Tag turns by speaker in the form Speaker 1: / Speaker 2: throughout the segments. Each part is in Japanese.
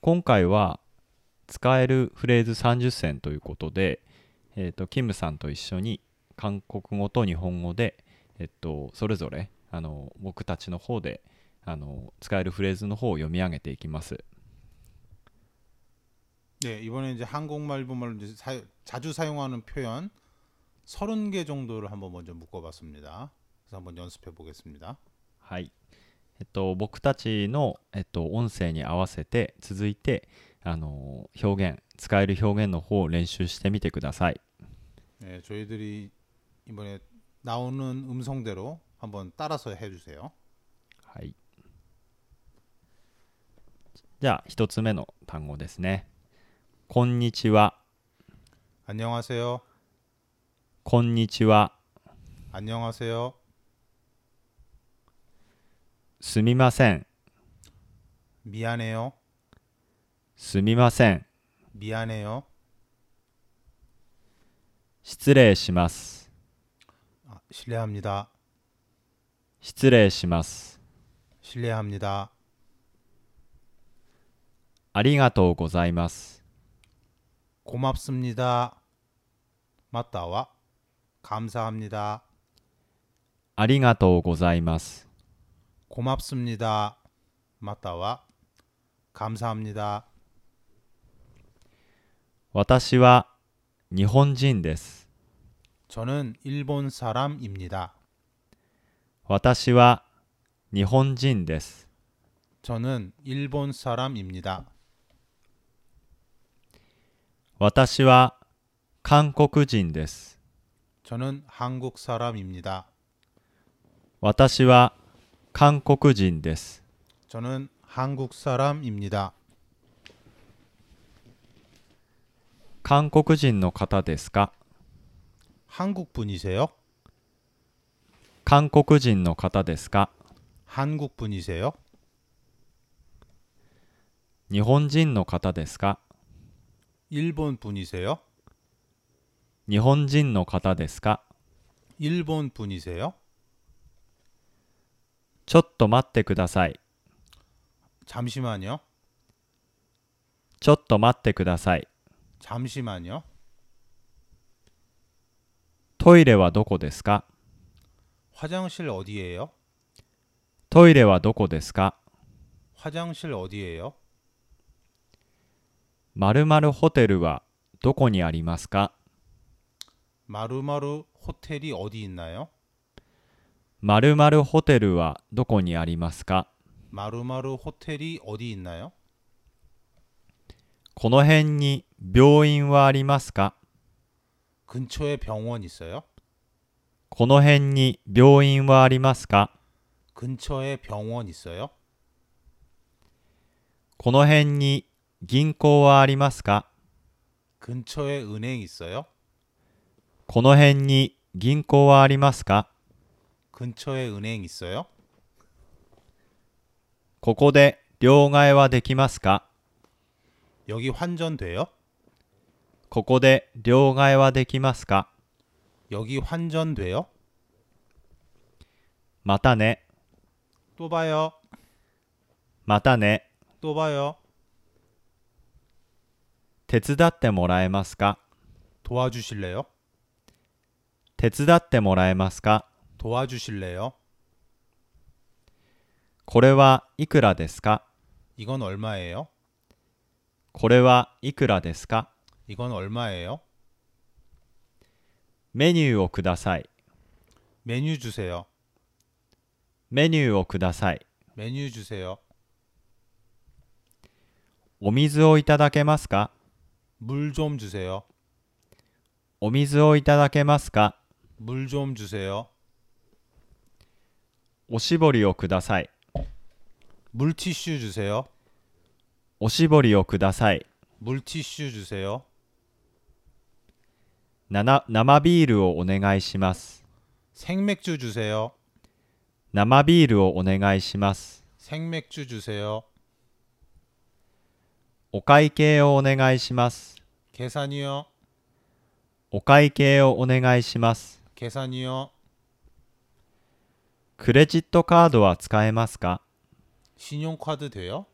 Speaker 1: 今回は使えるフレーズ30選ということで、えー、とキムさんと一緒に韓国語と日本語で、えっと、それぞれあの僕たちの方であの使えるフレーズの方を読み上げていきます。
Speaker 2: 네, 이번에 이제 한국말 일본말로 이제 사- 자주 사용하는 표현 30개 정도를 한번 먼저 묶어 봤습니다. 그래서 한번 연습해 보겠습니다.
Speaker 1: はい。えっと、僕たちの、えっと、音声に合わせて続いてあの表現使える表現の方を練習してみてください。
Speaker 2: 네, 저희들이 이번에 나오는 음성대로 한번 따라서 해 주세요.
Speaker 1: はい。じゃあ一つ目の単語ですね。こんにちは。
Speaker 2: 안녕하세요.
Speaker 1: こんにちは。
Speaker 2: 안녕하세요.
Speaker 1: すみません。
Speaker 2: 미안해요.
Speaker 1: すみません。
Speaker 2: 미안해요.
Speaker 1: 失礼します。
Speaker 2: 아, 실례합니다.
Speaker 1: 失礼します。
Speaker 2: 실례합니다.
Speaker 1: ありがとうございます。
Speaker 2: 고맙습니다. 맞다와 감사합니다.
Speaker 1: ありがとうございます。
Speaker 2: 고맙습니다. 맞다와 감사합니다.
Speaker 1: 私は日本人です。
Speaker 2: 저는 일본 사람입니다.
Speaker 1: 私は日本人です。
Speaker 2: 저는 일본 사람입니다.
Speaker 1: 私は韓国人です。
Speaker 2: 저는 한국 사람입니다.
Speaker 1: 私は韓国人です。
Speaker 2: 저는 한국 사람입니다.
Speaker 1: 韓国人の方ですか
Speaker 2: 한국 분이세요?
Speaker 1: 韓国人の方ですか
Speaker 2: 한국 분이세요?
Speaker 1: 日本人の方ですか
Speaker 2: 일본 분이세요?
Speaker 1: 日本人の方ですか
Speaker 2: 일본 분이세요?
Speaker 1: ちょっと待ってください。
Speaker 2: 잠시만요.
Speaker 1: ちょっと待ってください。
Speaker 2: 잠시만요.
Speaker 1: トイレはどこですか
Speaker 2: 화장실 어디예요?
Speaker 1: トイレはどこですか
Speaker 2: 화장실 어디예요?
Speaker 1: 〇〇ホテルはどこにありますか
Speaker 2: 마루마루 호텔이 어디 있나요?
Speaker 1: 〇〇ホテルはどこにありますか
Speaker 2: 마루마루 호텔이 어디 있나요?
Speaker 1: この辺に病院はありますか
Speaker 2: 근처에 병원 있어요?
Speaker 1: この辺に病院はありますか
Speaker 2: 근처에 병원 있어요?
Speaker 1: この辺に銀行はありますか
Speaker 2: 근처에 은행 있어요?
Speaker 1: この辺に銀行はありますか
Speaker 2: 근처에 은행 있어요?
Speaker 1: ここで両替はできますか
Speaker 2: 여기 환전돼요?
Speaker 1: ここで両替はできますか
Speaker 2: 여기 환전돼요?
Speaker 1: またね、
Speaker 2: 또 봐요.
Speaker 1: またね、
Speaker 2: 또 봐요.
Speaker 1: 手伝ってもらえますか
Speaker 2: 도와주실래요?
Speaker 1: 手伝ってもらえますか
Speaker 2: 도와주실래요?
Speaker 1: これはいくらですか
Speaker 2: 이건 얼마예요?
Speaker 1: これはいくらですか
Speaker 2: 이건 얼마예요?
Speaker 1: メニューをください。
Speaker 2: 메뉴 주세요.
Speaker 1: メニューをください。
Speaker 2: 메뉴 주세요.
Speaker 1: お水をいただけますか
Speaker 2: 물 좀 주세요.
Speaker 1: お水をいただけますか
Speaker 2: 물 좀 주세요.
Speaker 1: おしぼりをください。
Speaker 2: 물티슈 주세요.
Speaker 1: おしぼりをください。
Speaker 2: 물티슈 주세요.
Speaker 1: なな生ビールをお願いします。
Speaker 2: 생맥주 주세요.
Speaker 1: 生ビールをお願いします。
Speaker 2: 생맥주 주세요.
Speaker 1: お会計をお願いします。
Speaker 2: 계산이요.
Speaker 1: お会計をお願いします。
Speaker 2: 계산이요.
Speaker 1: クレジットカードは使えますか
Speaker 2: 신용카드 돼요?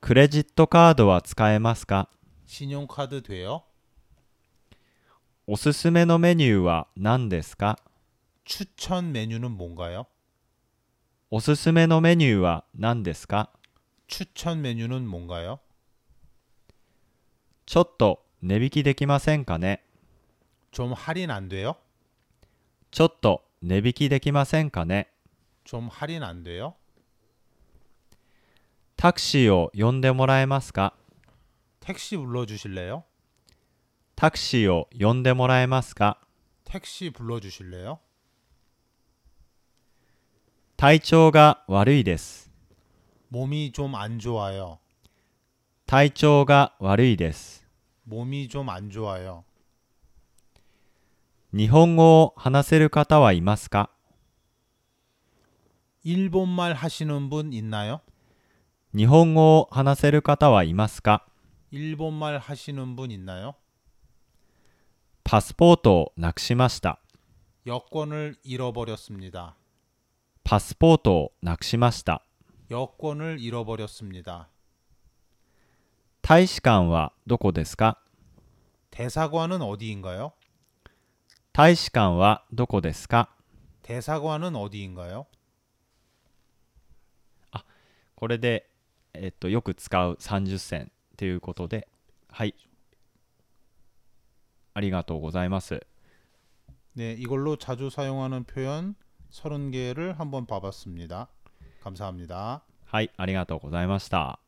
Speaker 1: クレジットカードは使えますかクレジットカードは使えますか
Speaker 2: 신용카드 돼요?
Speaker 1: おすすめのメニューは何ですか
Speaker 2: 추천 메뉴는 뭔가요?
Speaker 1: おすすめのメニューは何ですか
Speaker 2: 추천 메뉴는 뭔가요?
Speaker 1: ちょっと値引きできませんかね
Speaker 2: 좀 할인 안 돼요?
Speaker 1: ちょっと値引きできませんかね
Speaker 2: 좀 할인 안 돼요?
Speaker 1: タクシーを呼んでもらえますか
Speaker 2: 택시 불러 주실래요?
Speaker 1: タクシーを呼んでもらえますか
Speaker 2: 택시 불러 주실래요?
Speaker 1: 体調が悪いです。
Speaker 2: 몸이 좀 안 좋아요.
Speaker 1: 体調が悪いです。
Speaker 2: 몸이 좀 안 좋아요.
Speaker 1: 日本語を話せる方はいますか
Speaker 2: 일본말 하시는 분 있나요?
Speaker 1: 日本語を話せる方はいますか
Speaker 2: 일본말 하시는 분 있나요?
Speaker 1: パスポートをなくしました。
Speaker 2: 여권을 잃어버렸습니다.
Speaker 1: パスポートをなくしました。
Speaker 2: 여권을 잃어버렸습니다.
Speaker 1: 大使館はどこですか
Speaker 2: 대사관은 어디인가요?
Speaker 1: 大使館はどこですか
Speaker 2: 대사관은 어디인가요?
Speaker 1: これで、えっと、よく使う30銭ということで、はい。ありがとうございます。
Speaker 2: 네, 이걸로 자주 사용하는 표현 30개를 한번 봐봤습니다. 감사합니다.
Speaker 1: はい、ありがとうございました。